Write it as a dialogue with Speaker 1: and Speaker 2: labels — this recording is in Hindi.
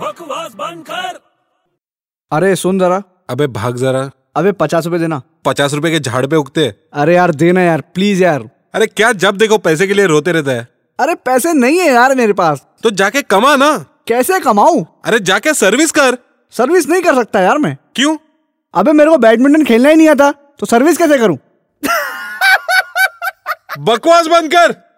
Speaker 1: बकवास बंद कर
Speaker 2: अरे सुन जरा
Speaker 3: अबे भाग जरा
Speaker 2: अबे पचास रुपए देना
Speaker 3: पचास रुपए के झाड़ पे उगते हैं।
Speaker 2: अरे यार देना यार प्लीज यार
Speaker 3: अरे क्या जब देखो पैसे के लिए रोते रहता है
Speaker 2: अरे पैसे नहीं है यार मेरे पास
Speaker 3: तो जाके कमा ना
Speaker 2: कैसे कमाऊं
Speaker 3: अरे जाके सर्विस कर
Speaker 2: सर्विस नहीं कर सकता यार मैं
Speaker 3: क्यों
Speaker 2: अबे मेरे को बैडमिंटन खेलना ही नहीं आता तो सर्विस कैसे करूं
Speaker 3: बकवास बंद कर